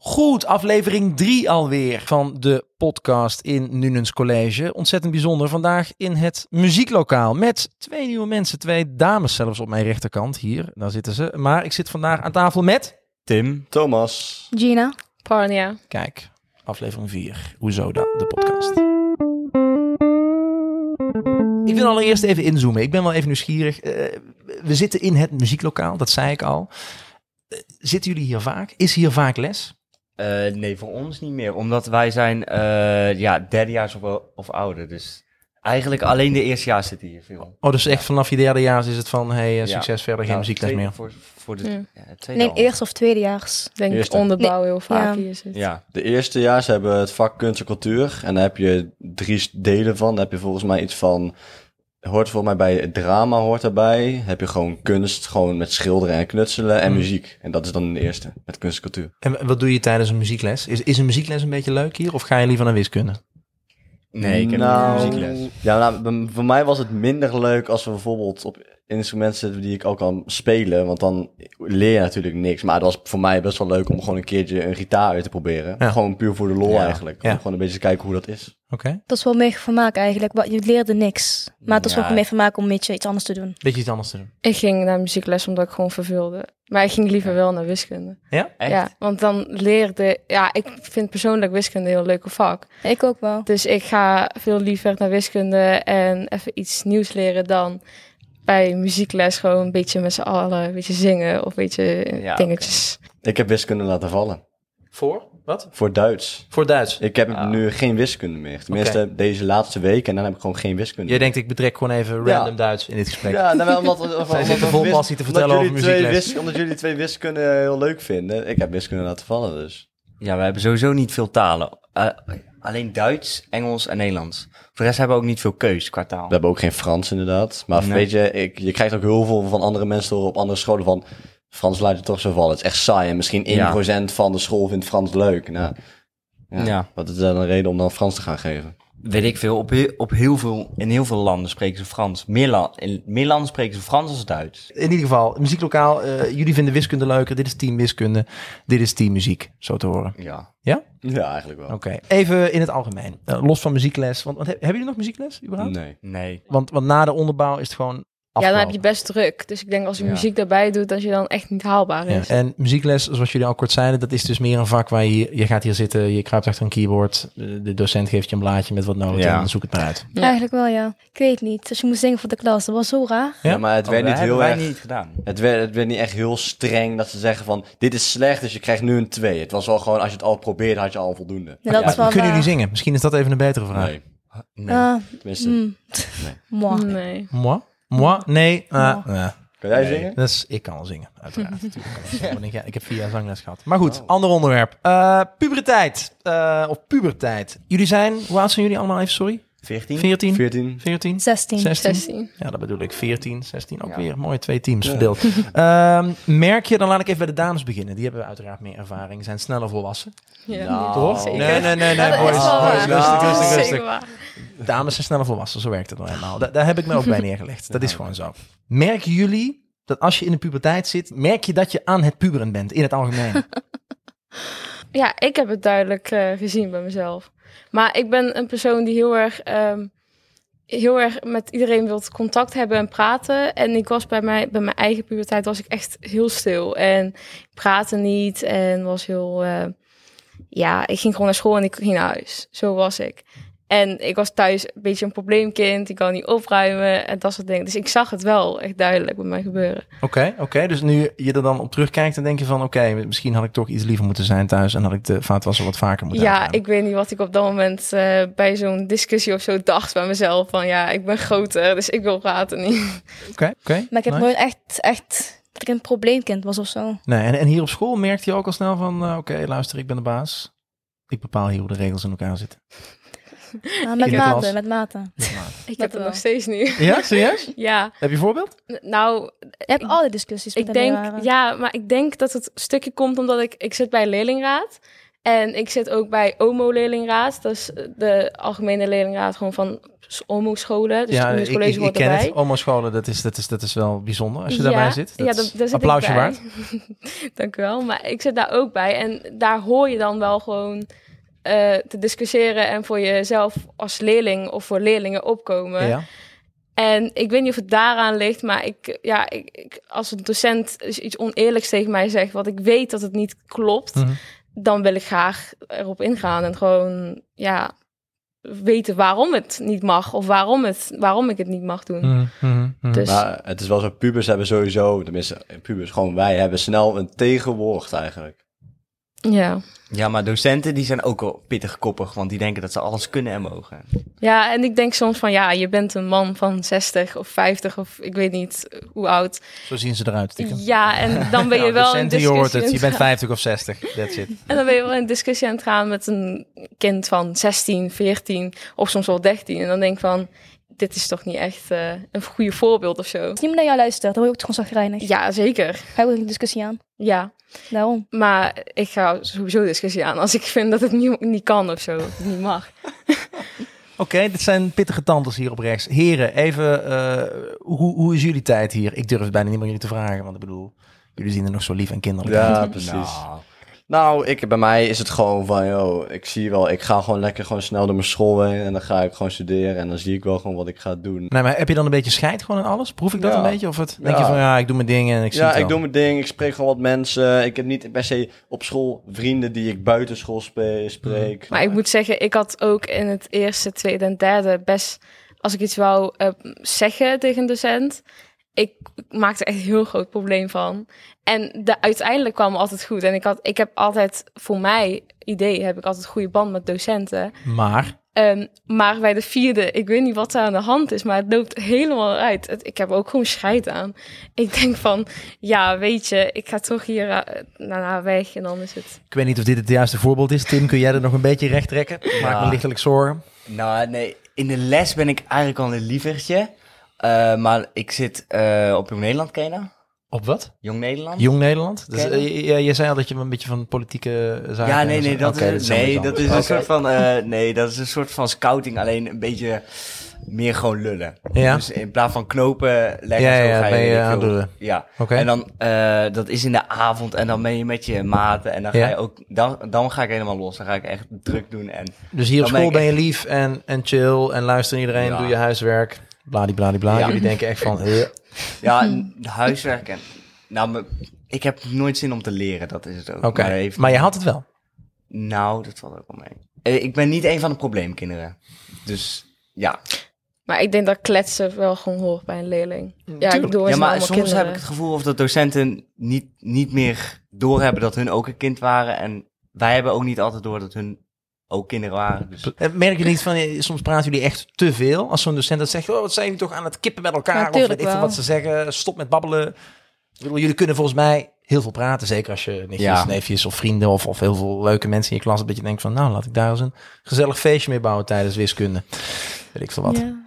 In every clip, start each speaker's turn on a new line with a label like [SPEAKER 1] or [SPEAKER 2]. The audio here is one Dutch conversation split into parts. [SPEAKER 1] goed, aflevering 3 alweer van de podcast in Nunens College. Ontzettend bijzonder. Vandaag in het muzieklokaal met twee nieuwe mensen. Twee dames zelfs op mijn rechterkant. Hier, daar zitten ze. Maar ik zit vandaag aan tafel met...
[SPEAKER 2] Tim.
[SPEAKER 3] Thomas.
[SPEAKER 4] Gina.
[SPEAKER 5] Parnia.
[SPEAKER 1] Kijk, aflevering 4. Hoezo dan, de podcast. Ik wil allereerst even inzoomen. Ik ben wel even nieuwsgierig. Eh, we zitten in het muzieklokaal, dat zei ik al. Eh, zitten jullie hier vaak? Is hier vaak les?
[SPEAKER 2] Eh, nee, voor ons niet meer. Omdat wij zijn eh ja, derdejaars of, of ouder. Dus eigenlijk alleen de eerstejaars zitten hier veel.
[SPEAKER 1] Oh, dus echt vanaf je derdejaars is het van, hey, eh,
[SPEAKER 2] Ja.
[SPEAKER 1] succes verder, geen
[SPEAKER 2] Nou,
[SPEAKER 1] muziekles
[SPEAKER 2] tweede-
[SPEAKER 1] meer.
[SPEAKER 2] Voor, voor de
[SPEAKER 5] Ja.
[SPEAKER 2] ja, tweede
[SPEAKER 4] Nee,
[SPEAKER 2] al.
[SPEAKER 4] eerst of tweedejaars.
[SPEAKER 5] Denk ik
[SPEAKER 3] Eerste.
[SPEAKER 5] onderbouw heel vaak
[SPEAKER 4] ja.
[SPEAKER 5] hier zit.
[SPEAKER 2] Ja,
[SPEAKER 3] De eerstejaars hebben het vak kunst en cultuur. En daar heb je drie delen van. Daar heb je volgens mij iets van... Hoort volgens mij bij drama hoort daarbij. Heb je gewoon kunst, gewoon met schilderen en knutselen en
[SPEAKER 2] Hmm.
[SPEAKER 1] Mm.
[SPEAKER 3] muziek. En dat is dan de eerste, met kunst en cultuur.
[SPEAKER 1] En wat doe je tijdens een muziekles? Is, is een muziekles een beetje leuk hier? Of ga je liever naar wiskunde?
[SPEAKER 2] nee, ik heb
[SPEAKER 3] Nou,
[SPEAKER 2] niet muziekles.
[SPEAKER 3] Ja, nou, bij- voor mij was het minder leuk als we bijvoorbeeld op instrumenten zitten die ik al kan spelen. Want dan leer je natuurlijk niks. Maar het was voor mij best wel leuk om gewoon een keertje een gitaar uit te proberen.
[SPEAKER 1] Ja.
[SPEAKER 3] Gewoon puur voor de lol
[SPEAKER 2] Ja.
[SPEAKER 3] eigenlijk.
[SPEAKER 1] Ja.
[SPEAKER 3] Om gewoon een beetje te kijken hoe dat is.
[SPEAKER 1] Oké.
[SPEAKER 4] Dat is wel meer vermaak eigenlijk. wa- Je leerde niks. Maar het was
[SPEAKER 2] Ja.
[SPEAKER 4] ook meer vermaak om een beetje iets anders te doen.
[SPEAKER 1] Beetje iets anders te doen.
[SPEAKER 5] Ik ging naar muziekles omdat ik gewoon verveelde. Maar ik ging liever wel naar wiskunde.
[SPEAKER 2] Echt?
[SPEAKER 5] Ja, want dan leerde... Ja, ik vind persoonlijk wiskunde een heel leuke vak.
[SPEAKER 4] Ik ook wel.
[SPEAKER 5] Dus ik ga veel liever naar wiskunde en even iets nieuws leren dan bij muziekles gewoon een beetje met z'n allen, een beetje zingen of een beetje
[SPEAKER 2] Ja,
[SPEAKER 5] dingetjes.
[SPEAKER 3] Ik heb wiskunde laten vallen.
[SPEAKER 1] Voor? Wat?
[SPEAKER 3] Voor Duits.
[SPEAKER 1] Voor Duits.
[SPEAKER 3] Ik heb
[SPEAKER 2] Ah.
[SPEAKER 3] nu geen wiskunde meer. Tenminste, deze laatste week. En dan heb ik gewoon geen
[SPEAKER 1] Jij
[SPEAKER 3] wiskunde meer.
[SPEAKER 1] denkt, ik betrek gewoon even
[SPEAKER 3] Ja.
[SPEAKER 1] random Duits in dit gesprek.
[SPEAKER 3] Ja, nou wel omdat... omdat- omdat-
[SPEAKER 1] zitten vol
[SPEAKER 3] omdat-
[SPEAKER 1] passie te
[SPEAKER 3] omdat
[SPEAKER 1] vertellen
[SPEAKER 3] jullie
[SPEAKER 1] over
[SPEAKER 3] twee
[SPEAKER 1] muziekles.
[SPEAKER 3] wis- Omdat jullie twee wiskunde heel leuk vinden. Ik heb wiskunde laten vallen dus.
[SPEAKER 2] Ja, we hebben sowieso niet veel talen. Eh, alleen Duits, Engels en Nederlands. Voor de rest hebben we ook niet veel keus qua taal.
[SPEAKER 3] We hebben ook geen Frans inderdaad. Maar
[SPEAKER 2] Nee.
[SPEAKER 3] weet je, ik, je krijgt ook heel veel van andere mensen te horen op andere scholen van... Frans laat je toch zo vallen. Het is echt saai. En misschien 1%
[SPEAKER 2] Ja.
[SPEAKER 3] van de school vindt Frans leuk. Nou, ja.
[SPEAKER 2] Ja.
[SPEAKER 3] Wat is dan een reden om dan Frans te gaan geven?
[SPEAKER 2] Weet ik veel. Op, he- op heel veel, in heel veel landen spreken ze Frans. Meer, la- in meer landen spreken ze Frans als Duits.
[SPEAKER 1] In ieder geval, muzieklokaal. eh, jullie vinden wiskunde leuker. Dit is team wiskunde. Dit is team muziek, zo te horen.
[SPEAKER 2] Ja.
[SPEAKER 3] Ja, eigenlijk wel.
[SPEAKER 1] Oké. Even in het algemeen. Eh, los van muziekles. Want, want he- hebben jullie nog muziekles überhaupt?
[SPEAKER 3] Nee.
[SPEAKER 2] Nee.
[SPEAKER 1] Want, want na de onderbouw is het gewoon
[SPEAKER 5] Ja, dan
[SPEAKER 1] afgelopen.
[SPEAKER 5] heb je best druk. Dus ik denk als je
[SPEAKER 2] Ja.
[SPEAKER 5] muziek daarbij doet, dat je dan echt niet haalbaar
[SPEAKER 1] Ja,
[SPEAKER 5] is.
[SPEAKER 1] en muziekles, zoals jullie al kort zeiden, dat is dus meer een vak waar je, je gaat hier zitten, je kruipt achter een keyboard, de, de docent geeft je een blaadje met wat noten
[SPEAKER 2] Ja.
[SPEAKER 1] en dan zoek het maar uit.
[SPEAKER 5] Ja.
[SPEAKER 4] Eigenlijk wel, ja. Ik weet niet. Als je moest zingen voor de klas, dat was zo raar.
[SPEAKER 1] Ja?
[SPEAKER 3] Ja, maar het
[SPEAKER 2] Dat
[SPEAKER 3] werd niet heel
[SPEAKER 2] Oh, wij
[SPEAKER 3] erg...
[SPEAKER 2] niet gedaan.
[SPEAKER 3] Het werd, het werd niet echt heel streng dat ze zeggen van... Dit is slecht, dus je krijgt nu een 2. Het was wel gewoon, als je het al probeerde, had je al voldoende.
[SPEAKER 4] En dat
[SPEAKER 2] Ja.
[SPEAKER 4] is wel
[SPEAKER 1] Maar kunnen
[SPEAKER 4] waar.
[SPEAKER 1] jullie zingen? Misschien is dat even een betere vraag.
[SPEAKER 3] Nee,
[SPEAKER 2] Eh.
[SPEAKER 4] Ah,
[SPEAKER 3] tenminste.
[SPEAKER 4] mm.
[SPEAKER 3] Nee.
[SPEAKER 4] Mwah.
[SPEAKER 5] Nee.
[SPEAKER 1] Moi? Moi? Nee. Ah,
[SPEAKER 4] Moi.
[SPEAKER 1] nee.
[SPEAKER 3] Kan jij
[SPEAKER 2] Nee.
[SPEAKER 3] zingen?
[SPEAKER 1] Dat is, ik kan al zingen, uiteraard. Natuurlijk kan ik zingen, want ik, ja, ik heb vier jaar zangles gehad. Maar goed,
[SPEAKER 4] Oh.
[SPEAKER 1] ander onderwerp. Eh puberteit. Eh, of puberteit. Jullie zijn, hoe oud zijn jullie allemaal even, sorry?
[SPEAKER 2] 14?
[SPEAKER 1] 14?
[SPEAKER 3] 14.
[SPEAKER 1] 14?
[SPEAKER 4] 16.
[SPEAKER 1] 16?
[SPEAKER 5] 16.
[SPEAKER 1] Ja, dat bedoel ik. 14, 16, ook
[SPEAKER 2] Ja.
[SPEAKER 1] weer mooie twee teams verdeeld. Ehm, merk je, dan laat ik even bij de dames beginnen. Die hebben uiteraard meer ervaring, zijn sneller volwassen.
[SPEAKER 5] Ja.
[SPEAKER 3] Nou,
[SPEAKER 1] Toch?
[SPEAKER 5] Oh, zeker.
[SPEAKER 1] Nee, nee, nee, nee.
[SPEAKER 5] Ja, dat
[SPEAKER 1] boys,
[SPEAKER 5] is wel
[SPEAKER 1] boys,
[SPEAKER 5] waar. Oh,
[SPEAKER 1] rustig,
[SPEAKER 3] Nou.
[SPEAKER 1] rustig,
[SPEAKER 5] Zeker
[SPEAKER 1] rustig.
[SPEAKER 5] waar.
[SPEAKER 1] Dames zijn sneller volwassen, zo werkt het nou helemaal. Da- daar heb ik me ook bij neergelegd. Dat is gewoon zo. Merken jullie dat als je in de puberteit zit, merk je dat je aan het puberen bent in het algemeen?
[SPEAKER 5] Ja, ik heb het duidelijk eh, gezien bij mezelf. Maar ik ben een persoon die heel erg, ehm, heel erg met iedereen wilt contact hebben en praten. En ik was bij, mij, bij mijn eigen puberteit was ik echt heel stil. En ik praatte niet en was heel... eh, ja, ik ging gewoon naar school en ik ging naar huis. Zo was ik. En ik was thuis een beetje een probleemkind. Ik kan niet opruimen en dat soort dingen. Dus ik zag het wel echt duidelijk bij mij gebeuren.
[SPEAKER 1] Oké, oké. Dus nu je er dan op terugkijkt, dan denk je van... oké, misschien had ik toch iets liever moeten zijn thuis... en had ik de vaatwasser wat vaker moeten
[SPEAKER 5] Ja,
[SPEAKER 1] uitruimen.
[SPEAKER 5] ik weet niet wat ik op dat moment eh, bij zo'n discussie of zo dacht bij mezelf. Van ja, ik ben groter, dus ik wil praten niet.
[SPEAKER 1] Oké, oké.
[SPEAKER 4] Maar ik heb
[SPEAKER 1] nice.
[SPEAKER 4] nooit echt, echt dat ik een probleemkind was of zo. Ah,
[SPEAKER 1] Nee, en, en hier op school merkte je ook al snel van... eh, oké, luister, ik ben de baas. Ik bepaal hier hoe de regels in elkaar zitten.
[SPEAKER 4] Maar met
[SPEAKER 1] de klas.
[SPEAKER 4] mate, met mate.
[SPEAKER 5] Ik
[SPEAKER 4] Dat
[SPEAKER 5] heb het
[SPEAKER 4] wel.
[SPEAKER 5] nog steeds niet.
[SPEAKER 1] ja, serieus?
[SPEAKER 5] Ja,
[SPEAKER 1] Heb je een voorbeeld?
[SPEAKER 5] nou,
[SPEAKER 4] Je hebt alle discussies met
[SPEAKER 5] ik
[SPEAKER 4] de
[SPEAKER 5] denk,
[SPEAKER 4] leraren.
[SPEAKER 5] ja, maar ik denk dat het stukje komt omdat ik, ik zit bij een leerlingraad. En ik zit ook bij OMO-leerlingraad. Dat is de algemene leerlingraad gewoon van s- OMO-scholen. Dus
[SPEAKER 1] ja,
[SPEAKER 5] het
[SPEAKER 1] ik, ik,
[SPEAKER 5] college
[SPEAKER 1] ik
[SPEAKER 5] hoort
[SPEAKER 1] ken
[SPEAKER 5] erbij.
[SPEAKER 1] het. Oma scholen, dat is, dat, is, dat is wel bijzonder als je daarbij zit. Dat
[SPEAKER 5] ja,
[SPEAKER 1] is
[SPEAKER 5] daar- daar zit
[SPEAKER 1] applausje
[SPEAKER 5] ik bij.
[SPEAKER 1] waard.
[SPEAKER 5] Dank u wel. Maar ik zit daar ook bij. En daar hoor je dan wel gewoon eh, te discussiëren en voor jezelf als leerling of voor leerlingen opkomen.
[SPEAKER 1] Ja.
[SPEAKER 5] En ik weet niet of het daaraan ligt, maar ik, ja, ik, ik- als een docent iets oneerlijks tegen mij zegt, wat ik weet dat het niet klopt,
[SPEAKER 1] Mhm.
[SPEAKER 5] dan wil ik graag erop ingaan en gewoon ja, weten waarom het niet mag of waarom, het, waarom ik het niet mag doen.
[SPEAKER 1] Mhm, mhm, mhm.
[SPEAKER 5] Dus
[SPEAKER 3] Maar het is wel zo, pubers hebben sowieso, tenminste pubers, gewoon wij hebben snel een tegenwoord eigenlijk.
[SPEAKER 5] ja.
[SPEAKER 2] Ja, maar docenten die zijn ook wel pittig koppig, want die denken dat ze alles kunnen en mogen.
[SPEAKER 5] ja, en ik denk soms van ja, je bent een man van 60 of 50 of ik weet niet hoe oud.
[SPEAKER 1] Zo zien ze eruit. Tieke.
[SPEAKER 5] Ja, en dan ben je
[SPEAKER 1] Nou,
[SPEAKER 5] wel een
[SPEAKER 1] docenten,
[SPEAKER 5] discussie.
[SPEAKER 1] je hoort het. Je
[SPEAKER 5] aan-
[SPEAKER 1] bent 50 of 60. That's it.
[SPEAKER 5] En dan ben je wel in discussie aan het gaan met een kind van 16, 14 of soms wel 13. En dan denk ik van, dit is toch niet echt eh, een goede voorbeeld of zo.
[SPEAKER 4] Als niemand naar jou luistert, dan word je ook gewoon zagrijnig.
[SPEAKER 5] Ja, zeker.
[SPEAKER 4] Ga je ook een discussie aan.
[SPEAKER 5] Ja,
[SPEAKER 4] Daarom.
[SPEAKER 5] maar ik ga sowieso discussie aan als ik vind dat het niet, niet kan of zo, of het niet mag.
[SPEAKER 1] Oké, dit zijn pittige tantes hier op rechts. Heren, even, eh, hoe, hoe is jullie tijd hier? Ik durf het bijna niet meer jullie te vragen, want ik bedoel, jullie zien er nog zo lief en kinderlijk uit.
[SPEAKER 3] Ja, precies.
[SPEAKER 2] Nou,
[SPEAKER 3] Nou, ik, bij mij is het gewoon van, joh, ik zie wel, ik ga gewoon lekker gewoon snel door mijn school heen en dan ga ik gewoon studeren en dan zie ik wel gewoon wat ik ga doen.
[SPEAKER 1] Nee, maar heb je dan een beetje scheid gewoon aan alles? Proef ik dat
[SPEAKER 3] Ja.
[SPEAKER 1] een beetje? Of het, denk je
[SPEAKER 3] Ja.
[SPEAKER 1] van, ja, ik doe mijn dingen en ik zie
[SPEAKER 3] ja,
[SPEAKER 1] het
[SPEAKER 3] ik
[SPEAKER 1] wel?
[SPEAKER 3] doe mijn ding, ik spreek gewoon wat mensen. Ik heb niet per se op school vrienden die ik buiten school spe- spreek.
[SPEAKER 5] Maar ik moet zeggen, ik had ook in het eerste, tweede en derde best, als ik iets wou eh, zeggen tegen een docent, ik maakte er echt een heel groot probleem van. En de, uiteindelijk kwam het altijd goed. En ik, had, ik heb altijd, voor mij idee, heb ik altijd goede band met docenten.
[SPEAKER 1] Maar,
[SPEAKER 5] Ehm, maar bij de vierde, ik weet niet wat er aan de hand is, maar het loopt helemaal uit. Het- ik heb ook gewoon scheid aan. Ik denk van, ja, weet je, ik ga toch hier eh, naar haar weg en dan is het...
[SPEAKER 1] ik weet niet of dit het juiste voorbeeld is. Tim, kun jij er nog een beetje recht trekken? Maak me
[SPEAKER 2] Ja.
[SPEAKER 1] lichtelijk zorgen.
[SPEAKER 2] nou, nee, in de les ben ik eigenlijk al een lievertje. Eh, maar ik zit eh, op Jong Nederland, ken je dat?
[SPEAKER 1] Op wat?
[SPEAKER 2] Jong Nederland?
[SPEAKER 1] Jong Nederland? Dus,
[SPEAKER 2] Ken
[SPEAKER 1] eh, je, je zei al dat je een beetje van politieke zaken...
[SPEAKER 2] ja,
[SPEAKER 1] en
[SPEAKER 2] nee,
[SPEAKER 1] zo-
[SPEAKER 2] nee, dat
[SPEAKER 1] Oké,
[SPEAKER 2] is,
[SPEAKER 1] helemaal
[SPEAKER 2] nee,
[SPEAKER 1] iets
[SPEAKER 2] dat
[SPEAKER 1] anders.
[SPEAKER 2] is een soort van, eh, nee, dat is een soort van scouting, alleen een beetje meer gewoon lullen.
[SPEAKER 1] Ja.
[SPEAKER 2] Dus in plaats van knopen leggen,
[SPEAKER 1] Ja,
[SPEAKER 2] zo
[SPEAKER 1] ja,
[SPEAKER 2] ga je,
[SPEAKER 1] ben je
[SPEAKER 2] weet ik
[SPEAKER 1] aan het
[SPEAKER 2] veel-
[SPEAKER 1] lullen.
[SPEAKER 2] Ja.
[SPEAKER 1] Oké.
[SPEAKER 2] En dan, eh, dat is in de avond en dan ben je met je maten en dan ga
[SPEAKER 1] Ja.
[SPEAKER 2] je ook, dan, dan ga ik helemaal los. Dan ga ik echt druk doen en
[SPEAKER 1] Dus hier op
[SPEAKER 2] Dan ben
[SPEAKER 1] school ben
[SPEAKER 2] ik
[SPEAKER 1] je lief en, en chill en luister naar iedereen,
[SPEAKER 2] Ja.
[SPEAKER 1] doe je huiswerk. Bladibladibla.
[SPEAKER 2] Ja.
[SPEAKER 1] Jullie denken echt van, eh,
[SPEAKER 2] Ja,
[SPEAKER 5] Hm.
[SPEAKER 2] en huiswerk en... Nou, me- ik heb nooit zin om te leren, dat is het ook.
[SPEAKER 1] oké.
[SPEAKER 2] Maar even-
[SPEAKER 1] Maar je had het wel.
[SPEAKER 2] Nou, dat valt ook wel mee. Eh, Ik ben niet een van de probleemkinderen. Dus ja.
[SPEAKER 5] Maar ik denk dat kletsen wel gewoon hoort bij een leerling. Ja, ik
[SPEAKER 1] tuurlijk.
[SPEAKER 5] doe
[SPEAKER 2] ja
[SPEAKER 5] ja,
[SPEAKER 2] maar
[SPEAKER 5] allemaal
[SPEAKER 2] soms
[SPEAKER 5] kinderen.
[SPEAKER 2] heb ik het gevoel of dat docenten niet, niet meer doorhebben dat hun ook een kind waren. En wij hebben ook niet altijd door dat hun ook kinderen waren. Dus
[SPEAKER 1] Eh, Merk je niet van, eh, soms praten jullie echt te veel. Als zo'n docent dat zegt, oh, wat zijn jullie toch aan het kippen met elkaar?
[SPEAKER 4] Ja,
[SPEAKER 1] of
[SPEAKER 4] tuurlijk
[SPEAKER 1] weet ik veel
[SPEAKER 4] wel.
[SPEAKER 1] wat ze zeggen, stop met babbelen. Ik bedoel, jullie kunnen volgens mij heel veel praten. Zeker als je nichtjes,
[SPEAKER 2] Ja.
[SPEAKER 1] neefjes of vrienden of, of heel veel leuke mensen in je klas hebt. Dat je denkt van, nou, laat ik daar eens een gezellig feestje mee bouwen tijdens wiskunde. Weet ik veel wat.
[SPEAKER 4] Ja.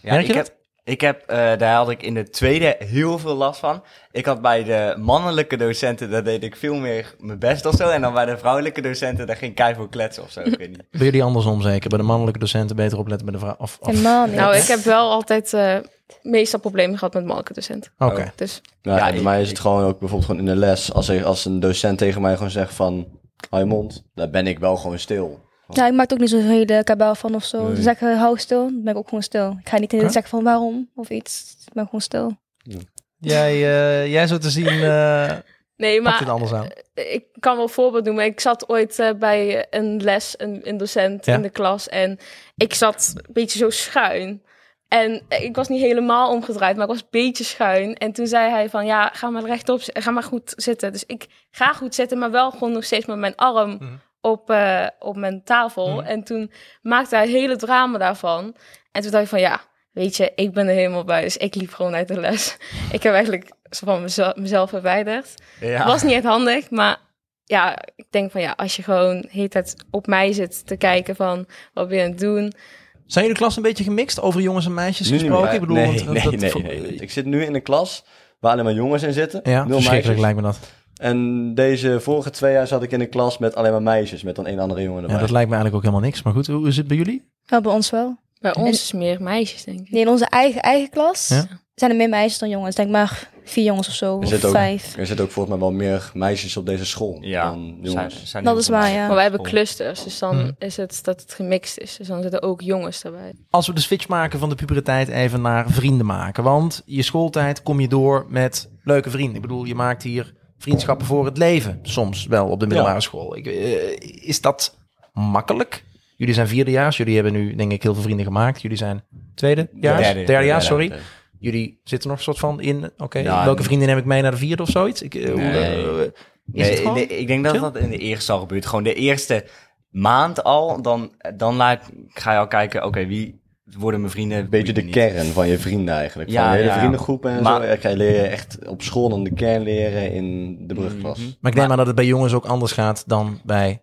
[SPEAKER 2] ja,
[SPEAKER 1] Merk je
[SPEAKER 2] ik
[SPEAKER 1] dat?
[SPEAKER 2] heb, ik heb eh, daar had ik in de tweede heel veel last van. Ik had bij de mannelijke docenten, daar deed ik veel meer mijn best of zo. En dan bij de vrouwelijke docenten, daar ging ik keihard voor kletsen of zo. Ik weet niet.
[SPEAKER 1] Bij jullie andersom zeker. Bij de mannelijke docenten beter opletten bij de vrouw. Of, of-
[SPEAKER 4] Helemaal niet.
[SPEAKER 5] Nou, ik heb wel altijd eh, meestal problemen gehad met mannelijke docenten.
[SPEAKER 1] Oké.
[SPEAKER 5] Dus
[SPEAKER 3] Nou,
[SPEAKER 2] Ja,
[SPEAKER 3] en bij
[SPEAKER 2] ik-
[SPEAKER 3] mij is
[SPEAKER 2] ik-
[SPEAKER 3] het gewoon ook bijvoorbeeld gewoon in de les. Als, er, als een docent tegen mij gewoon zegt van, hou je mond, dan ben ik wel gewoon stil.
[SPEAKER 4] Nou, ik maak er ook niet zo'n hele kabaal van of zo.
[SPEAKER 3] Nee.
[SPEAKER 4] Ze zeggen, hou stil, dan ben ik ook gewoon stil. Ik ga niet in
[SPEAKER 1] Oké.
[SPEAKER 4] zeggen van waarom of iets. Ik ben gewoon stil.
[SPEAKER 1] Jij, eh, jij zo te zien eh
[SPEAKER 5] nee,
[SPEAKER 1] pakt het
[SPEAKER 5] maar
[SPEAKER 1] anders aan.
[SPEAKER 5] ik kan wel een voorbeeld noemen. Ik zat ooit eh, bij een les, een, een docent
[SPEAKER 1] Ja.
[SPEAKER 5] in de klas. En ik zat een beetje zo schuin. En ik was niet helemaal omgedraaid, maar ik was een beetje schuin. En toen zei hij van, ja, ga maar rechtop, zi- ga maar goed zitten. Dus ik ga goed zitten, maar wel gewoon nog steeds met mijn arm
[SPEAKER 1] Mhm.
[SPEAKER 5] op, eh, op mijn tafel.
[SPEAKER 1] Mhm.
[SPEAKER 5] En toen maakte hij een hele drama daarvan. En toen dacht ik van, ja, weet je, ik ben er helemaal bij. Dus ik liep gewoon uit de les. ik heb eigenlijk zo van mezelf, mezelf verwijderd.
[SPEAKER 2] Ja.
[SPEAKER 5] Was niet echt handig, maar ja, ik denk van ja, als je gewoon heet het op mij zit te kijken van wat ben je aan het doen.
[SPEAKER 1] Zijn jullie klas een beetje gemixt over jongens en meisjes
[SPEAKER 3] Nu niet
[SPEAKER 1] gesproken?
[SPEAKER 3] meer.
[SPEAKER 1] ik bedoel,
[SPEAKER 3] nee,
[SPEAKER 1] want, eh,
[SPEAKER 3] nee,
[SPEAKER 1] dat
[SPEAKER 3] nee,
[SPEAKER 1] voor-
[SPEAKER 3] nee. Ik zit nu in een klas waar alleen maar jongens in zitten.
[SPEAKER 1] Ja,
[SPEAKER 3] nul
[SPEAKER 1] verschrikkelijk
[SPEAKER 3] meisjes.
[SPEAKER 1] lijkt me dat.
[SPEAKER 3] En deze vorige twee jaar zat ik in een klas met alleen maar meisjes, met dan een andere jongen erbij.
[SPEAKER 1] Ja, dat lijkt me eigenlijk ook helemaal niks. Maar goed, hoe is het bij jullie?
[SPEAKER 4] Nou, bij ons wel.
[SPEAKER 5] Bij ons is meer meisjes, denk ik.
[SPEAKER 4] Nee, in onze eigen, eigen klas
[SPEAKER 1] Ja.
[SPEAKER 4] zijn er meer meisjes dan jongens. Denk maar vier jongens of zo,
[SPEAKER 3] Er
[SPEAKER 4] of
[SPEAKER 3] zitten ook-
[SPEAKER 4] vijf.
[SPEAKER 3] Er zitten ook volgens mij wel meer meisjes op deze school
[SPEAKER 2] Ja,
[SPEAKER 3] dan
[SPEAKER 2] Zijn-
[SPEAKER 3] jongens.
[SPEAKER 2] zijn
[SPEAKER 4] Dat
[SPEAKER 2] heel
[SPEAKER 4] is
[SPEAKER 2] veel
[SPEAKER 4] waar,
[SPEAKER 2] mensen.
[SPEAKER 4] ja.
[SPEAKER 5] Maar wij hebben
[SPEAKER 2] Cool.
[SPEAKER 5] clusters, dus dan
[SPEAKER 1] Hmm.
[SPEAKER 5] is het dat het gemixt is. Dus dan zitten ook jongens daarbij.
[SPEAKER 1] Als we de switch maken van de puberteit even naar vrienden maken. Want je schooltijd kom je door met leuke vrienden. Ik bedoel, je maakt hier vriendschappen voor het leven. Soms wel op de middelbare school. Ik, eh, is dat makkelijk? Jullie zijn vierdejaars. Jullie hebben nu, denk ik, heel veel vrienden gemaakt. Jullie zijn tweede jaar,
[SPEAKER 2] Derde.
[SPEAKER 1] derdejaars, sorry.
[SPEAKER 3] Derde.
[SPEAKER 1] Jullie zitten nog een soort van in, oké,
[SPEAKER 2] Ja,
[SPEAKER 1] welke
[SPEAKER 2] en-
[SPEAKER 1] vrienden neem ik mee naar de vierde of zoiets? Ik, eh, hoe,
[SPEAKER 2] Nee.
[SPEAKER 1] eh, is het
[SPEAKER 2] Nee,
[SPEAKER 1] gewoon?
[SPEAKER 2] nee, ik denk dat
[SPEAKER 1] chill?
[SPEAKER 2] dat in de eerste al gebeurt. Gewoon de eerste maand al, dan, dan laat, ga je al kijken, oké, wie worden mijn vrienden?
[SPEAKER 3] Een beetje de
[SPEAKER 2] wie niet.
[SPEAKER 3] kern van je vrienden eigenlijk.
[SPEAKER 2] Ja,
[SPEAKER 3] van je hele
[SPEAKER 2] ja, ja.
[SPEAKER 3] vriendengroep en
[SPEAKER 2] Maar-
[SPEAKER 3] zo. Ja, Kijk, leer je echt op school dan de kern leren in de brugklas.
[SPEAKER 2] Mhm.
[SPEAKER 1] Maar ik neem aan dat het bij jongens ook anders gaat dan bij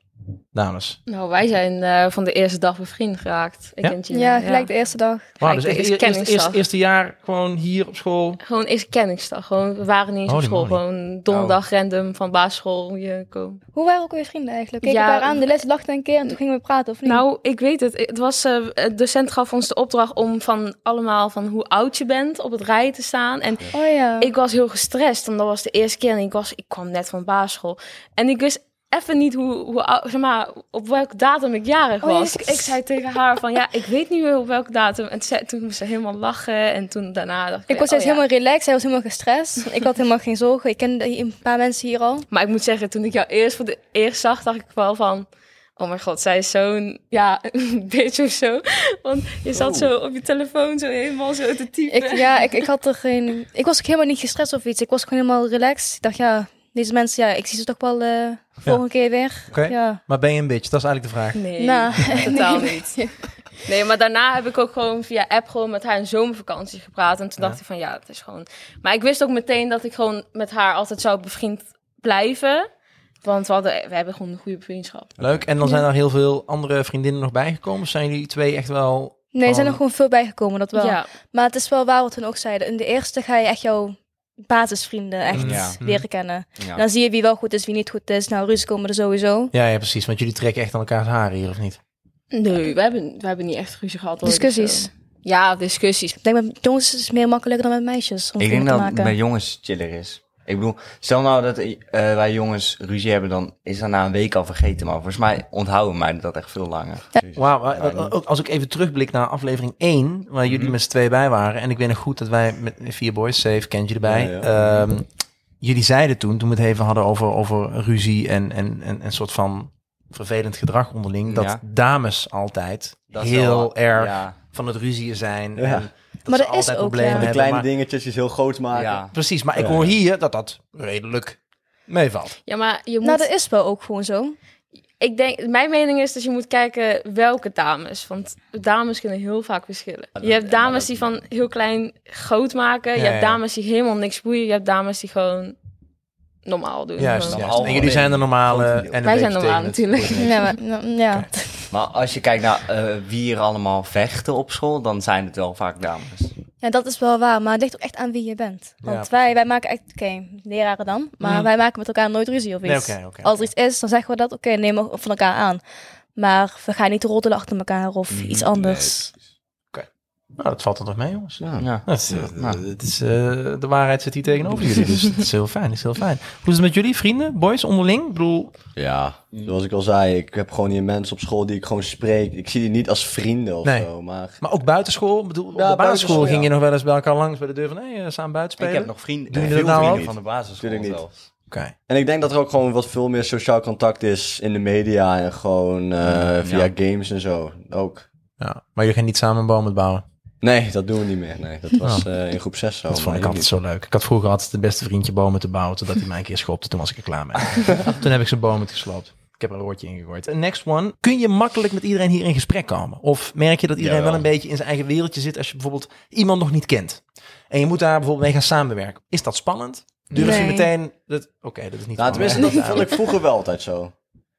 [SPEAKER 1] dames.
[SPEAKER 5] Nou, wij zijn eh, van de eerste dag bevriend geraakt. Ik
[SPEAKER 1] Ja?
[SPEAKER 5] en Gina,
[SPEAKER 4] Ja, gelijk de eerste dag.
[SPEAKER 1] Wauw,
[SPEAKER 5] Kijk,
[SPEAKER 1] dus
[SPEAKER 5] dit
[SPEAKER 1] e-
[SPEAKER 5] is
[SPEAKER 1] e- eerst- eerst-
[SPEAKER 5] kennisdag.
[SPEAKER 1] eerste jaar gewoon hier op school.
[SPEAKER 5] Gewoon eerste kenningsdag. Gewoon, we waren niet eens op
[SPEAKER 1] Holy
[SPEAKER 5] school.
[SPEAKER 1] moly.
[SPEAKER 5] Gewoon donderdag random van basisschool je komen.
[SPEAKER 4] Hoe waren we ook weer vrienden eigenlijk? Keken
[SPEAKER 5] Ja,
[SPEAKER 4] elkaar aan, de les lachte een keer en toen gingen we praten, of niet?
[SPEAKER 5] Nou, ik weet het. Het was, eh, de docent gaf ons de opdracht om van allemaal van hoe oud je bent op het rij te staan. En
[SPEAKER 4] oh ja.
[SPEAKER 5] ik was heel gestrest, want dat was de eerste keer. En ik, was, ik kwam net van basisschool. En ik wist even niet hoe, hoe oud- zeg maar, op welke datum ik jarig
[SPEAKER 4] Oh,
[SPEAKER 5] was.
[SPEAKER 4] jezus.
[SPEAKER 5] ik zei tegen haar van, ja, ik weet niet meer op welke datum. En toen zei- toen moest ze helemaal lachen. En toen daarna dacht ik,
[SPEAKER 4] Ik was
[SPEAKER 5] oh
[SPEAKER 4] steeds
[SPEAKER 5] ja.
[SPEAKER 4] helemaal relaxed, hij was helemaal gestrest. Ik had helemaal geen zorgen. Ik kende hier een paar mensen hier al.
[SPEAKER 5] Maar ik moet zeggen, toen ik jou eerst voor de eerst zag, dacht ik wel van... Oh mijn god, zij is zo'n, ja, een beetje of zo. Want je zat zo op je telefoon zo helemaal zo te typen.
[SPEAKER 4] Ik, ja, ik, ik had er geen... Ik was ook helemaal niet gestrest of iets. Ik was gewoon helemaal relaxed. Ik dacht, ja, deze mensen, ja, ik zie ze toch wel eh, volgende keer weer.
[SPEAKER 1] Oké.
[SPEAKER 4] Ja.
[SPEAKER 1] Maar ben je een bitch? Dat is eigenlijk de vraag.
[SPEAKER 5] Nee,
[SPEAKER 4] Nou,
[SPEAKER 5] totaal
[SPEAKER 4] nee.
[SPEAKER 5] niet. Nee, maar daarna heb ik ook gewoon via app gewoon met haar een zomervakantie gepraat. En toen dacht ik van, ja, het is gewoon... Maar ik wist ook meteen dat ik gewoon met haar altijd zou bevriend blijven. Want we, hadden, we hebben gewoon een goede vriendschap.
[SPEAKER 1] Leuk. En dan zijn er heel veel andere vriendinnen nog bijgekomen. Of Zijn jullie twee echt wel...
[SPEAKER 4] Nee, er zijn
[SPEAKER 1] Oh.
[SPEAKER 4] er gewoon veel bijgekomen, dat wel.
[SPEAKER 5] Ja,
[SPEAKER 4] Maar het is wel waar wat hun ook zeiden. In de eerste ga je echt jouw basisvrienden echt
[SPEAKER 2] Mm, Ja.
[SPEAKER 4] leren kennen.
[SPEAKER 2] Ja.
[SPEAKER 4] Dan zie je wie wel goed is, wie niet goed is. Nou, ruzie komen er sowieso.
[SPEAKER 1] Ja, ja, precies. Want jullie trekken echt aan elkaars haren hier, of niet?
[SPEAKER 5] nee, we hebben, we hebben niet echt ruzie gehad. hoor.
[SPEAKER 4] Discussies.
[SPEAKER 5] Dus, eh, Ja, discussies.
[SPEAKER 4] Ik denk met jongens is het meer makkelijker dan met meisjes om
[SPEAKER 2] Ik denk
[SPEAKER 4] vrienden
[SPEAKER 2] dat
[SPEAKER 4] te
[SPEAKER 2] het
[SPEAKER 4] maken.
[SPEAKER 2] bij jongens chiller is. Ik bedoel, stel nou dat eh, wij jongens ruzie hebben, dan is dat na een week al vergeten. Maar volgens mij onthouden mij dat echt veel langer.
[SPEAKER 1] Wauw. maar dat- ook Als ik even terugblik naar aflevering 1, waar jullie met z'n twee bij waren. En ik weet nog goed dat wij met vier boys, safe, kent je erbij.
[SPEAKER 3] Ja,
[SPEAKER 1] ehm, jullie zeiden toen, toen we het even hadden over, over ruzie en, en, en een soort van vervelend gedrag onderling. Dat
[SPEAKER 2] Ja.
[SPEAKER 1] dames altijd
[SPEAKER 2] Dat is
[SPEAKER 1] heel
[SPEAKER 2] wel-
[SPEAKER 1] erg
[SPEAKER 2] Ja,
[SPEAKER 1] van het ruzieën zijn.
[SPEAKER 3] Ja.
[SPEAKER 1] En dat
[SPEAKER 4] Maar
[SPEAKER 1] ze
[SPEAKER 4] dat is
[SPEAKER 1] altijd
[SPEAKER 4] ook,
[SPEAKER 1] problemen
[SPEAKER 3] Van die
[SPEAKER 4] ja.
[SPEAKER 1] hebben.
[SPEAKER 3] kleine
[SPEAKER 1] maar-
[SPEAKER 3] dingetjes heel groot maken.
[SPEAKER 2] ja.
[SPEAKER 1] Precies, maar ik
[SPEAKER 3] Ja.
[SPEAKER 1] hoor hier dat dat redelijk meevalt.
[SPEAKER 5] Ja, maar je moet...
[SPEAKER 4] Nou, dat is wel ook gewoon zo.
[SPEAKER 5] Ik denk, mijn mening is dat je moet kijken welke dames. Want dames kunnen heel vaak verschillen.
[SPEAKER 2] dat-
[SPEAKER 5] Je hebt
[SPEAKER 2] ja, maar
[SPEAKER 5] dames
[SPEAKER 2] dat-
[SPEAKER 5] die van heel klein groot maken.
[SPEAKER 1] Ja,
[SPEAKER 5] je hebt
[SPEAKER 1] ja.
[SPEAKER 5] dames die helemaal niks boeien. Je hebt dames die gewoon normaal doen.
[SPEAKER 1] Juist,
[SPEAKER 5] Gewoon.
[SPEAKER 2] Dan
[SPEAKER 1] juist.
[SPEAKER 2] half
[SPEAKER 1] En jullie zijn de normale en een
[SPEAKER 5] Wij zijn
[SPEAKER 1] beetje
[SPEAKER 5] normaal
[SPEAKER 1] tegen het-
[SPEAKER 5] natuurlijk.
[SPEAKER 4] Ja, maar, nou, ja.
[SPEAKER 1] Oké.
[SPEAKER 2] Maar als je kijkt naar eh, wie er allemaal vechten op school, dan zijn het wel vaak dames.
[SPEAKER 4] ja, dat is wel waar. Maar het ligt ook echt aan wie je bent. Want
[SPEAKER 1] Ja.
[SPEAKER 4] wij, wij maken echt... Oké, leraren dan. Maar
[SPEAKER 1] Mm.
[SPEAKER 4] wij maken met elkaar nooit ruzie of iets.
[SPEAKER 1] Nee, oké, oké,
[SPEAKER 4] Als er
[SPEAKER 1] oké.
[SPEAKER 4] iets is, dan zeggen we dat. Oké, neem maar van elkaar aan. Maar we gaan niet roddelen achter elkaar of
[SPEAKER 1] Mhm,
[SPEAKER 4] iets anders.
[SPEAKER 1] Nou, dat valt er nog mee, jongens.
[SPEAKER 3] Ja.
[SPEAKER 2] Ja.
[SPEAKER 1] Dat is,
[SPEAKER 2] Nou.
[SPEAKER 1] het is, eh, de waarheid zit hier tegenover jullie, dus het is heel fijn, het is heel fijn. Hoe is het met jullie, vrienden, boys, onderling? Ik bedoel,
[SPEAKER 3] Ja, Mm. zoals ik al zei, ik heb gewoon hier mensen op school die ik gewoon spreek. Ik zie die niet als vrienden of
[SPEAKER 1] Nee.
[SPEAKER 3] zo, maar...
[SPEAKER 1] maar ook buitenschool? Ik bedoel, op
[SPEAKER 3] Ja,
[SPEAKER 1] de basisschool
[SPEAKER 3] buitenschool,
[SPEAKER 1] ging
[SPEAKER 3] ja.
[SPEAKER 1] je nog wel eens bij elkaar langs bij de deur van, hé, hey, eh, samen buiten
[SPEAKER 2] Ik
[SPEAKER 1] spelen?
[SPEAKER 2] heb nog vrienden,
[SPEAKER 1] Doen
[SPEAKER 2] eh,
[SPEAKER 1] jullie
[SPEAKER 2] veel
[SPEAKER 1] dat nou
[SPEAKER 2] vrienden
[SPEAKER 1] ook?
[SPEAKER 2] van de basisschool
[SPEAKER 3] Tuurlijk niet.
[SPEAKER 2] zelfs.
[SPEAKER 1] Oké.
[SPEAKER 3] En ik denk dat er ook gewoon wat veel meer sociaal contact is in de media en gewoon
[SPEAKER 1] Mm,
[SPEAKER 3] eh, via
[SPEAKER 2] Ja.
[SPEAKER 3] games en zo ook.
[SPEAKER 1] Ja, maar jullie gaan niet samen een boom bouwen.
[SPEAKER 3] Nee, dat doen we niet meer. Nee, dat was eh, in groep 6 zo.
[SPEAKER 1] Oh. Dat vond
[SPEAKER 3] maar
[SPEAKER 1] ik altijd zo leuk. Ik had vroeger altijd de beste vriendje bomen te bouwen, totdat hij mij een keer schopte. Toen was ik er klaar mee. toen heb ik zijn bomen gesloopt. Ik heb er een woordje in gegooid. En next one. Kun je makkelijk met iedereen hier in gesprek komen? Of merk je dat iedereen wel
[SPEAKER 3] Jawel.
[SPEAKER 1] een beetje in zijn eigen wereldje zit als je bijvoorbeeld iemand nog niet kent? En je moet daar bijvoorbeeld mee gaan samenwerken. Is dat spannend? Durf je
[SPEAKER 4] Nee.
[SPEAKER 1] meteen... dat- Oké, dat is niet
[SPEAKER 3] Nou,
[SPEAKER 1] spannend.
[SPEAKER 3] tenminste, dat vond ik vroeger wel altijd zo.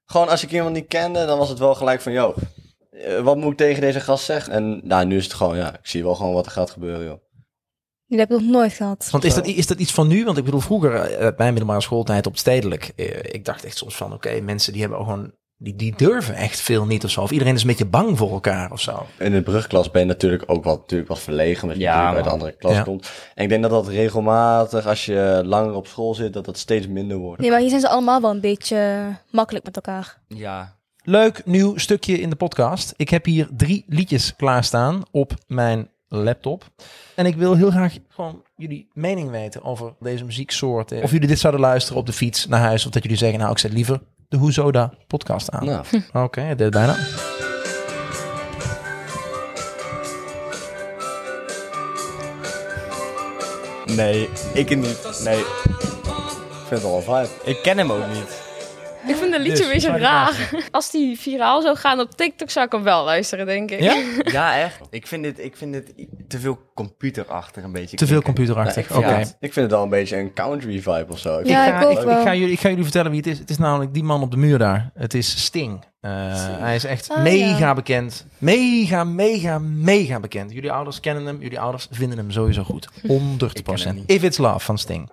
[SPEAKER 3] Gewoon als ik iemand niet kende, dan was het wel gelijk van, joh, eh, wat moet ik tegen deze gast zeggen? En nou, nu is het gewoon, ja, ik zie wel gewoon wat er gaat gebeuren, joh.
[SPEAKER 4] Die heb ik nog nooit gehad.
[SPEAKER 1] Want is dat, i- is dat iets van nu? Want ik bedoel, vroeger, eh, uit mijn middelbare schooltijd op het stedelijk, eh, ik dacht echt soms van, oké, mensen die hebben ook gewoon, die, die durven echt veel niet of zo. Of iedereen is een beetje bang voor elkaar of zo.
[SPEAKER 3] In de brugklas ben je natuurlijk ook wat, natuurlijk wat verlegen, omdat je
[SPEAKER 2] Ja,
[SPEAKER 3] natuurlijk bij de
[SPEAKER 2] man.
[SPEAKER 3] andere klas
[SPEAKER 1] Ja.
[SPEAKER 3] komt. En ik denk dat dat regelmatig, als je langer op school zit, dat dat steeds minder wordt.
[SPEAKER 4] Nee, maar hier zijn ze allemaal wel een beetje eh, makkelijk met elkaar.
[SPEAKER 2] Ja.
[SPEAKER 1] Leuk nieuw stukje in de podcast. Ik heb hier drie liedjes klaarstaan op mijn laptop. En ik wil heel graag gewoon jullie mening weten over deze muzieksoort. eh. Of jullie dit zouden luisteren op de fiets naar huis. Of dat jullie zeggen, nou, ik zet liever de Hoezoda podcast aan.
[SPEAKER 3] Nou,
[SPEAKER 1] Oké, het deed bijna.
[SPEAKER 2] Nee, ik niet. Nee,
[SPEAKER 3] ik vind het al een vibe.
[SPEAKER 2] ik ken hem ook niet.
[SPEAKER 5] Ik vind het liedje
[SPEAKER 1] Dus,
[SPEAKER 5] een beetje
[SPEAKER 1] waar die
[SPEAKER 5] raar. Als die viraal zou gaan op TikTok, zou ik hem wel luisteren, denk ik.
[SPEAKER 1] Ja?
[SPEAKER 2] Ja, echt. Ik vind dit, ik vind dit i- te veel computerachtig een
[SPEAKER 1] Te
[SPEAKER 2] beetje.
[SPEAKER 1] veel
[SPEAKER 2] klinken.
[SPEAKER 1] computerachtig.
[SPEAKER 3] Nee, ik,
[SPEAKER 1] Oké.
[SPEAKER 3] vind het, ik vind het al een beetje een country vibe of zo. Ik
[SPEAKER 4] Ja,
[SPEAKER 3] vind het
[SPEAKER 4] ik ook
[SPEAKER 3] leuk.
[SPEAKER 4] wel.
[SPEAKER 1] Ik ga, jullie, ik ga jullie vertellen wie het is. Het is namelijk die man op de muur daar. Het is Sting. Eh, Hij is echt
[SPEAKER 4] Ah,
[SPEAKER 1] mega
[SPEAKER 4] ja.
[SPEAKER 1] bekend. Mega, mega, mega bekend. Jullie ouders kennen hem. Jullie ouders vinden hem sowieso goed. 100
[SPEAKER 2] hem niet.
[SPEAKER 1] If It's Love van Sting.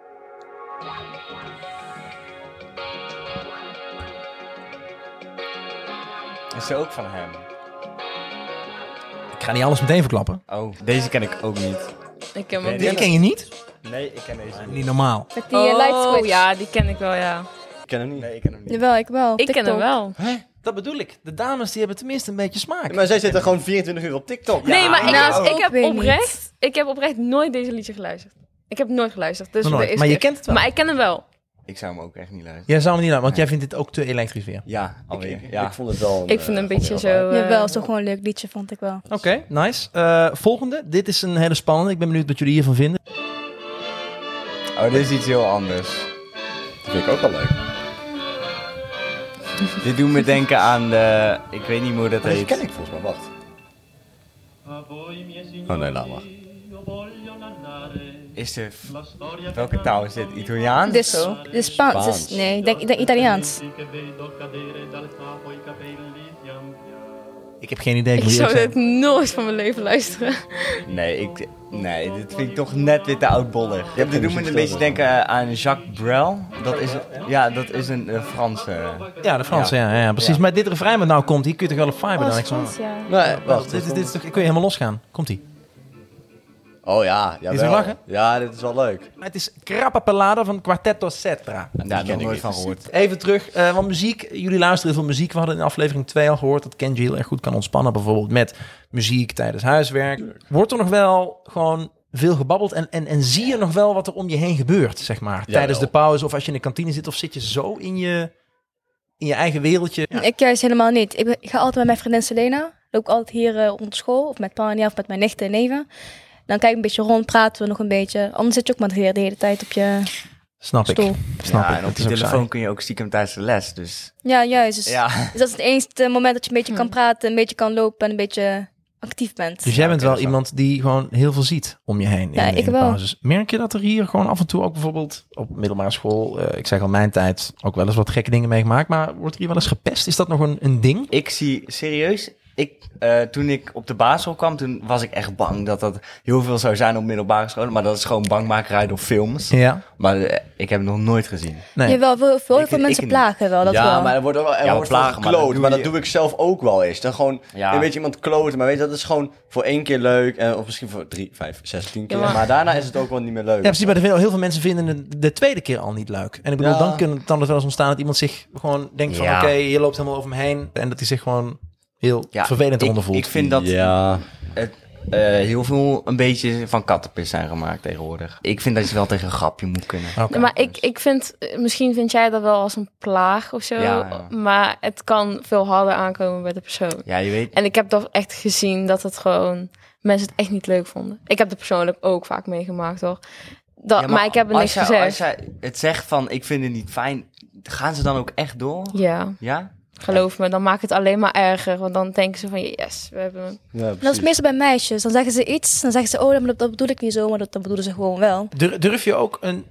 [SPEAKER 2] Is ze ook van hem?
[SPEAKER 1] Ik ga niet alles meteen verklappen.
[SPEAKER 2] Oh, deze ken ik ook niet.
[SPEAKER 5] Ik ken hem
[SPEAKER 2] Nee,
[SPEAKER 1] Die
[SPEAKER 5] ook
[SPEAKER 2] die
[SPEAKER 5] niet.
[SPEAKER 1] ken je niet?
[SPEAKER 2] Nee, ik ken deze
[SPEAKER 1] Niet normaal.
[SPEAKER 4] Met die eh, light
[SPEAKER 5] Oh,
[SPEAKER 4] switch.
[SPEAKER 5] ja, die ken ik wel, ja.
[SPEAKER 3] Ik ken hem niet.
[SPEAKER 2] Nee, ik ken hem niet.
[SPEAKER 4] Jawel, ik wel.
[SPEAKER 5] Ik ken hem wel.
[SPEAKER 1] Dat bedoel ik. De dames die hebben tenminste een beetje smaak.
[SPEAKER 3] Ja, Maar zij zitten gewoon 24 uur op TikTok.
[SPEAKER 5] nee, maar ik,
[SPEAKER 4] nou,
[SPEAKER 5] ik
[SPEAKER 4] ook
[SPEAKER 5] heb
[SPEAKER 4] weer niet.
[SPEAKER 5] oprecht, ik heb oprecht nooit deze liedje geluisterd. Ik heb nooit geluisterd. Dus
[SPEAKER 1] Nog nooit.
[SPEAKER 5] de eerste
[SPEAKER 1] Maar je
[SPEAKER 5] keer.
[SPEAKER 1] kent het wel.
[SPEAKER 5] Maar ik ken hem wel.
[SPEAKER 2] Ik zou hem ook echt niet luisteren.
[SPEAKER 1] Jij zou hem niet aan, want jij vindt dit ook te elektrisch weer.
[SPEAKER 2] Ja,
[SPEAKER 3] Ik,
[SPEAKER 2] alweer.
[SPEAKER 3] ik-
[SPEAKER 2] ja.
[SPEAKER 3] ik vond het wel
[SPEAKER 5] Ik vind
[SPEAKER 3] eh,
[SPEAKER 5] hem een beetje
[SPEAKER 3] wel
[SPEAKER 5] zo...
[SPEAKER 3] vibe.
[SPEAKER 5] eh,
[SPEAKER 4] Jawel, zo gewoon een leuk liedje, vond ik wel.
[SPEAKER 1] Oké, nice. Eh, volgende. Dit is een hele spannende. Ik ben benieuwd wat jullie hiervan vinden.
[SPEAKER 2] Oh, dit is iets heel anders.
[SPEAKER 3] Dat vind ik ook wel leuk.
[SPEAKER 2] dit doet me denken aan de... Ik weet niet meer hoe dat
[SPEAKER 3] Dat
[SPEAKER 2] heet.
[SPEAKER 3] ken ik volgens mij, wacht. Oh nee, laat maar.
[SPEAKER 2] Is de... Welke taal is dit? Italiaans?
[SPEAKER 4] Dus,
[SPEAKER 2] of zo?
[SPEAKER 4] dus Spaans. is-
[SPEAKER 3] Spaans.
[SPEAKER 4] nee, ik denk, ik denk Italiaans.
[SPEAKER 1] Ik heb geen idee.
[SPEAKER 5] Ik
[SPEAKER 1] moet
[SPEAKER 5] zou
[SPEAKER 1] eerlijk
[SPEAKER 5] dit
[SPEAKER 1] zijn.
[SPEAKER 5] nooit van mijn leven luisteren.
[SPEAKER 2] Nee, ik, nee, dit vind ik toch net weer te oudbollig. Ja, dit doet me een beetje denken eh, aan Jacques Brel. Dat is, ja, dat is een eh, Franse.
[SPEAKER 1] Ja, de Franse. Ja, ja, ja, precies. Maar dit refrein wat nou komt, hier kun je toch wel op vibe
[SPEAKER 4] Oh,
[SPEAKER 1] dan?
[SPEAKER 4] is
[SPEAKER 1] Ik zo-
[SPEAKER 4] Frans, ja.
[SPEAKER 3] Nee, wacht.
[SPEAKER 1] Dit, is- dit is toch, kun je helemaal losgaan. Komt ie.
[SPEAKER 3] Oh ja, ja.
[SPEAKER 1] Is er lachen?
[SPEAKER 3] Ja, dit is wel leuk.
[SPEAKER 1] Het is Crappa Pelada van Quartetto Cetra.
[SPEAKER 2] Daar
[SPEAKER 3] ken
[SPEAKER 2] heb ik
[SPEAKER 3] ik
[SPEAKER 2] nooit
[SPEAKER 3] niet.
[SPEAKER 2] van gehoord.
[SPEAKER 1] Even terug, eh, want muziek, jullie luisteren heel veel muziek. We hadden in aflevering 2 al gehoord dat Kenji heel erg goed kan ontspannen. Bijvoorbeeld met muziek tijdens huiswerk. Wordt er nog wel gewoon veel gebabbeld en, en, en zie je nog wel wat er om je heen gebeurt, zeg maar. Tijdens de pauze of als je in de kantine zit of zit je zo in je, in je eigen wereldje. Ja.
[SPEAKER 4] Ik juist helemaal niet. Ik, ben- ik ga altijd met mijn vriendin Selena. Loop altijd hier eh, rond school. Of met Pania of met mijn nichten en neven. Dan kijk ik een beetje rond, praten we nog een beetje. Anders zit je ook maar hier de hele tijd op je
[SPEAKER 1] Snap ik.
[SPEAKER 4] stoel.
[SPEAKER 1] Snap
[SPEAKER 2] ja,
[SPEAKER 1] ik.
[SPEAKER 2] en
[SPEAKER 1] Dat
[SPEAKER 2] op je
[SPEAKER 1] is ook
[SPEAKER 2] telefoon
[SPEAKER 1] saai.
[SPEAKER 2] kun je ook stiekem tijdens de les. Dus
[SPEAKER 4] Ja, juist. Dus,
[SPEAKER 2] ja,
[SPEAKER 4] dus dat is het enige moment dat je een beetje kan praten, een beetje kan lopen en een beetje actief bent.
[SPEAKER 1] Dus jij bent wel
[SPEAKER 2] oké, dat
[SPEAKER 1] iemand die gewoon heel veel ziet om je heen.
[SPEAKER 4] Ja,
[SPEAKER 1] in, in
[SPEAKER 4] ik
[SPEAKER 1] de
[SPEAKER 4] wel.
[SPEAKER 1] Pauzes. Merk je dat er hier gewoon af en toe ook bijvoorbeeld op middelbare school, eh, ik zeg al mijn tijd, ook wel eens wat gekke dingen meegemaakt, maar wordt er hier wel eens gepest? Is dat nog een, een ding?
[SPEAKER 2] ik zie serieus. Ik, eh, toen ik op de basisschool kwam, toen was ik echt bang dat dat heel veel zou zijn op middelbare scholen. Maar dat is gewoon bangmakerij door films.
[SPEAKER 1] Ja.
[SPEAKER 2] Maar eh, ik heb het nog nooit gezien.
[SPEAKER 1] Nee.
[SPEAKER 4] Jawel, veel, veel,
[SPEAKER 2] Ik-
[SPEAKER 4] veel
[SPEAKER 2] ik
[SPEAKER 4] mensen
[SPEAKER 2] niet.
[SPEAKER 4] plagen wel. Dat
[SPEAKER 3] ja,
[SPEAKER 4] wel.
[SPEAKER 3] maar er wordt ook wel er
[SPEAKER 2] Ja,
[SPEAKER 3] wordt
[SPEAKER 2] plagen,
[SPEAKER 3] wel
[SPEAKER 2] maar dat
[SPEAKER 3] gekloot.
[SPEAKER 2] doe
[SPEAKER 3] Maar dat
[SPEAKER 2] je-
[SPEAKER 3] doe ik zelf ook wel eens. Dan gewoon
[SPEAKER 2] Ja.
[SPEAKER 3] een beetje iemand kloten. Maar weet je, dat is gewoon voor één keer leuk. En, of misschien voor drie, vijf, zes, tien keer.
[SPEAKER 5] Ja, maar-
[SPEAKER 3] maar... daarna is het ook wel niet meer leuk.
[SPEAKER 1] Ja, precies. Maar er veel- heel veel mensen vinden het de tweede keer al niet leuk. En ik bedoel,
[SPEAKER 3] Ja.
[SPEAKER 1] dan kan, kan het wel eens ontstaan dat iemand zich gewoon denkt van...
[SPEAKER 2] Ja.
[SPEAKER 1] oké, je loopt helemaal over me heen. En dat hij zich gewoon heel
[SPEAKER 2] Ja,
[SPEAKER 1] vervelend
[SPEAKER 2] ik,
[SPEAKER 1] eronder voelt.
[SPEAKER 2] Ik vind dat
[SPEAKER 3] Ja.
[SPEAKER 2] het, eh, heel veel een beetje van kattenpis zijn gemaakt tegenwoordig. Ik vind dat je wel tegen een grapje moet kunnen.
[SPEAKER 1] Oké.
[SPEAKER 5] Nee, maar ik, ik vind, eh, misschien vind jij dat wel als een plaag of zo.
[SPEAKER 2] Ja, ja.
[SPEAKER 5] Maar het kan veel harder aankomen bij de persoon.
[SPEAKER 2] Ja, je weet.
[SPEAKER 5] En ik heb dat echt gezien dat het gewoon mensen het echt niet leuk vonden. Ik heb het persoonlijk ook vaak meegemaakt hoor. Dat,
[SPEAKER 2] Ja,
[SPEAKER 5] maar, ik heb er
[SPEAKER 2] als
[SPEAKER 5] niks
[SPEAKER 2] zij-
[SPEAKER 5] gezegd.
[SPEAKER 2] Als zij het zegt van ik vind het niet fijn, gaan ze dan ook echt door?
[SPEAKER 5] Ja,
[SPEAKER 2] Ja?
[SPEAKER 5] geloof me, dan maakt het alleen maar erger. Want dan denken ze van yes, we hebben hem.
[SPEAKER 3] ja
[SPEAKER 4] dat is meestal bij meisjes. Dan zeggen ze iets, dan zeggen ze, oh, dat, dat bedoel ik niet zo, maar dat, dat bedoelen ze gewoon wel.
[SPEAKER 1] Dur- Durf je ook een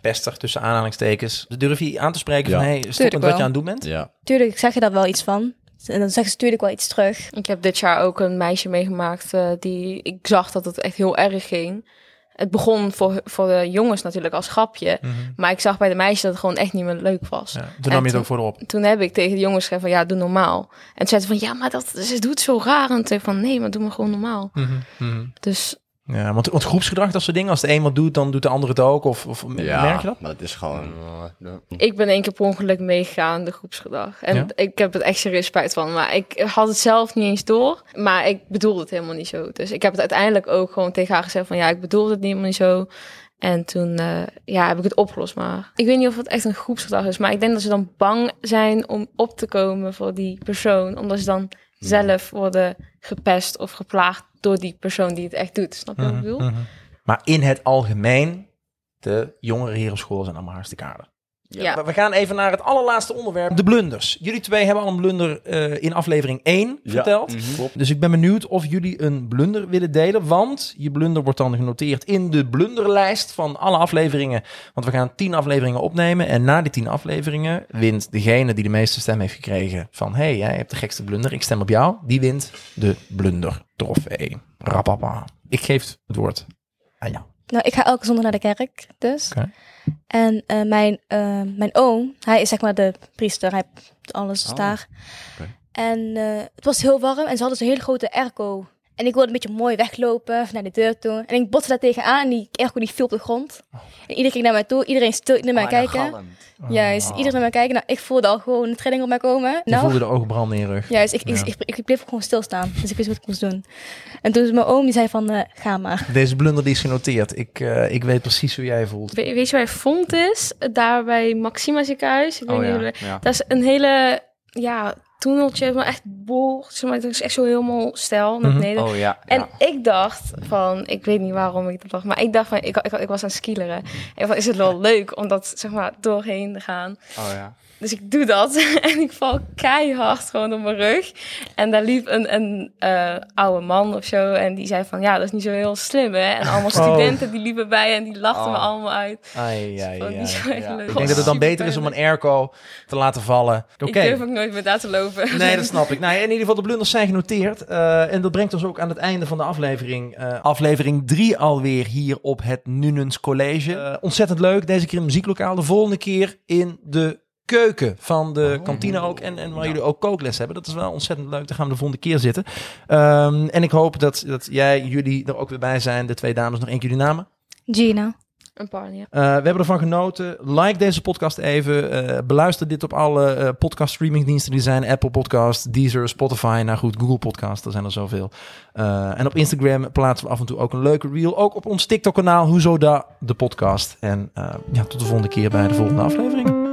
[SPEAKER 1] pester tussen aanhalingstekens... Durf je aan te spreken van...
[SPEAKER 3] Ja.
[SPEAKER 1] hey, stop
[SPEAKER 4] Tuurlijk
[SPEAKER 1] met wat je
[SPEAKER 4] wel.
[SPEAKER 1] aan het doen bent?
[SPEAKER 3] Ja.
[SPEAKER 4] Tuurlijk, ik zeg je daar wel iets van. En dan zeggen ze natuurlijk wel iets terug.
[SPEAKER 5] Ik heb dit jaar ook een meisje meegemaakt eh, die ik zag dat het echt heel erg ging. het begon voor, voor de jongens natuurlijk als grapje.
[SPEAKER 1] Mhm.
[SPEAKER 5] Maar ik zag bij de meisjes dat het gewoon echt niet meer leuk was.
[SPEAKER 1] Ja, toen nam je het ook voor op.
[SPEAKER 5] Toen heb ik tegen de jongens gezegd van ja, doe normaal. En toen zei ze van ja, maar dat, ze doet zo raar. En toen zei ik van nee, maar doe maar gewoon normaal.
[SPEAKER 1] Mhm, mhm.
[SPEAKER 5] Dus
[SPEAKER 1] Ja, want, want groepsgedrag, dat soort dingen. Als de een wat doet, dan doet de ander het ook. Of, of merk je dat?
[SPEAKER 3] maar dat is gewoon...
[SPEAKER 2] Mm.
[SPEAKER 5] ik ben één keer per ongeluk meegegaan, de groepsgedrag. En
[SPEAKER 1] Ja?
[SPEAKER 5] ik heb het echt serieus spijt van. Maar ik had het zelf niet eens door. Maar ik bedoelde het helemaal niet zo. Dus ik heb het uiteindelijk ook gewoon tegen haar gezegd van ja, ik bedoelde het niet helemaal niet zo. En toen eh, ja, heb ik het opgelost. Maar ik weet niet of het echt een groepsgedrag is. Maar ik denk dat ze dan bang zijn om op te komen voor die persoon. Omdat ze dan zelf worden gepest of geplaagd door die persoon die het echt doet. Snap je wat ik
[SPEAKER 1] Mhm,
[SPEAKER 5] bedoel?
[SPEAKER 1] mhm. Maar in het algemeen, de jongeren hier op school zijn allemaal hartstikke aardig.
[SPEAKER 5] Ja.
[SPEAKER 1] We- We gaan even naar het allerlaatste onderwerp, de blunders. Jullie twee hebben al een blunder eh, in aflevering 1
[SPEAKER 3] Ja.
[SPEAKER 1] verteld.
[SPEAKER 2] Mhm.
[SPEAKER 1] Dus ik ben benieuwd of jullie een blunder willen delen. Want je blunder wordt dan genoteerd in de blunderlijst van alle afleveringen. Want we gaan 10 afleveringen opnemen. En na die 10 afleveringen wint degene die de meeste stem heeft gekregen. Van hé, hey, jij hebt de gekste blunder. Ik stem op jou. Die wint de blundertrofee. Rapapa. Ik geef het woord aan jou.
[SPEAKER 4] Nou, ik ga elke zondag naar de kerk, dus.
[SPEAKER 1] Oké.
[SPEAKER 4] En eh, mijn, eh, mijn oom, hij is zeg maar de priester, hij heeft alles
[SPEAKER 3] Oh,
[SPEAKER 4] daar.
[SPEAKER 3] oké.
[SPEAKER 4] En eh, het was heel warm en ze hadden zo'n hele grote airco. En ik wilde een beetje mooi weglopen naar de deur toe. En ik botste daar tegenaan en die airco die viel op de grond. En iedereen ging naar mij toe, iedereen stil, iedereen
[SPEAKER 2] Oh,
[SPEAKER 4] naar mij kijken. Juist, iedereen naar mij kijken. Nou, ik voelde al gewoon een trilling op mij komen.
[SPEAKER 1] Oh. Je
[SPEAKER 4] Nou,
[SPEAKER 1] voelde de ogen branden in je rug.
[SPEAKER 4] juist, ik, ik,
[SPEAKER 1] Ja.
[SPEAKER 4] ik, ik bleef gewoon stilstaan. Dus ik wist wat ik moest doen. En toen mijn oom, die zei van, eh, ga maar.
[SPEAKER 1] Deze blunder die is genoteerd. Ik, eh, ik weet precies hoe jij voelt.
[SPEAKER 5] We- weet je waar Font is? Daar bij Maxima ziekenhuis. Ik weet
[SPEAKER 2] Oh
[SPEAKER 5] niet
[SPEAKER 2] ja,
[SPEAKER 5] hoe de-
[SPEAKER 2] ja.
[SPEAKER 5] Dat is een hele, ja, tunneltje, maar echt boel. Zeg maar, dat is echt zo helemaal stijl naar
[SPEAKER 1] Mhm.
[SPEAKER 5] beneden.
[SPEAKER 2] Oh ja.
[SPEAKER 5] En
[SPEAKER 2] ja.
[SPEAKER 5] ik dacht van, ik weet niet waarom ik dat dacht, maar ik dacht van, ik, ik, ik was aan het skileren. En van, is het wel leuk om dat, zeg maar, doorheen te gaan?
[SPEAKER 2] Oh ja.
[SPEAKER 5] Dus ik doe dat en ik val keihard gewoon op mijn rug. En daar liep een, een eh, oude man of zo en die zei van, ja, dat is niet zo heel slim, hè? En allemaal
[SPEAKER 1] Oh.
[SPEAKER 5] studenten die liepen bij en die lachten me
[SPEAKER 2] Oh.
[SPEAKER 5] allemaal uit.
[SPEAKER 1] Ai, ai,
[SPEAKER 5] Vond ik
[SPEAKER 1] ai.
[SPEAKER 5] niet zo echt
[SPEAKER 2] ja.
[SPEAKER 5] leuk.
[SPEAKER 1] Ik denk dat het dan beter is om een airco te laten vallen. Oké.
[SPEAKER 5] Ik durf ook nooit meer daar te lopen.
[SPEAKER 1] Nee, dat snap ik. Nou, in ieder geval, de blunders zijn genoteerd. Eh, en dat brengt ons ook aan het einde van de aflevering. Eh, aflevering 3 alweer hier op het Nunens College. Eh, ontzettend leuk. Deze keer in het muzieklokaal. De volgende keer in de keuken van de kantine ook. En, en waar jullie ook kookles hebben. Dat is wel ontzettend leuk. Daar gaan we de volgende keer zitten. Ehm, en ik hoop dat, dat jij, jullie er ook weer bij zijn. De twee dames, nog één keer jullie namen.
[SPEAKER 4] Gina.
[SPEAKER 5] Een paar, ja.
[SPEAKER 1] Eh, we hebben ervan genoten. Like deze podcast even. Eh, beluister dit op alle eh, podcast streamingdiensten die zijn. Apple Podcast, Deezer, Spotify. Nou goed, Google Podcast. Er zijn er zoveel. Eh, en op Instagram plaatsen we af en toe ook een leuke reel. Ook op ons TikTok kanaal. Hoezo daar de podcast. En eh, ja, tot de volgende keer bij de volgende aflevering.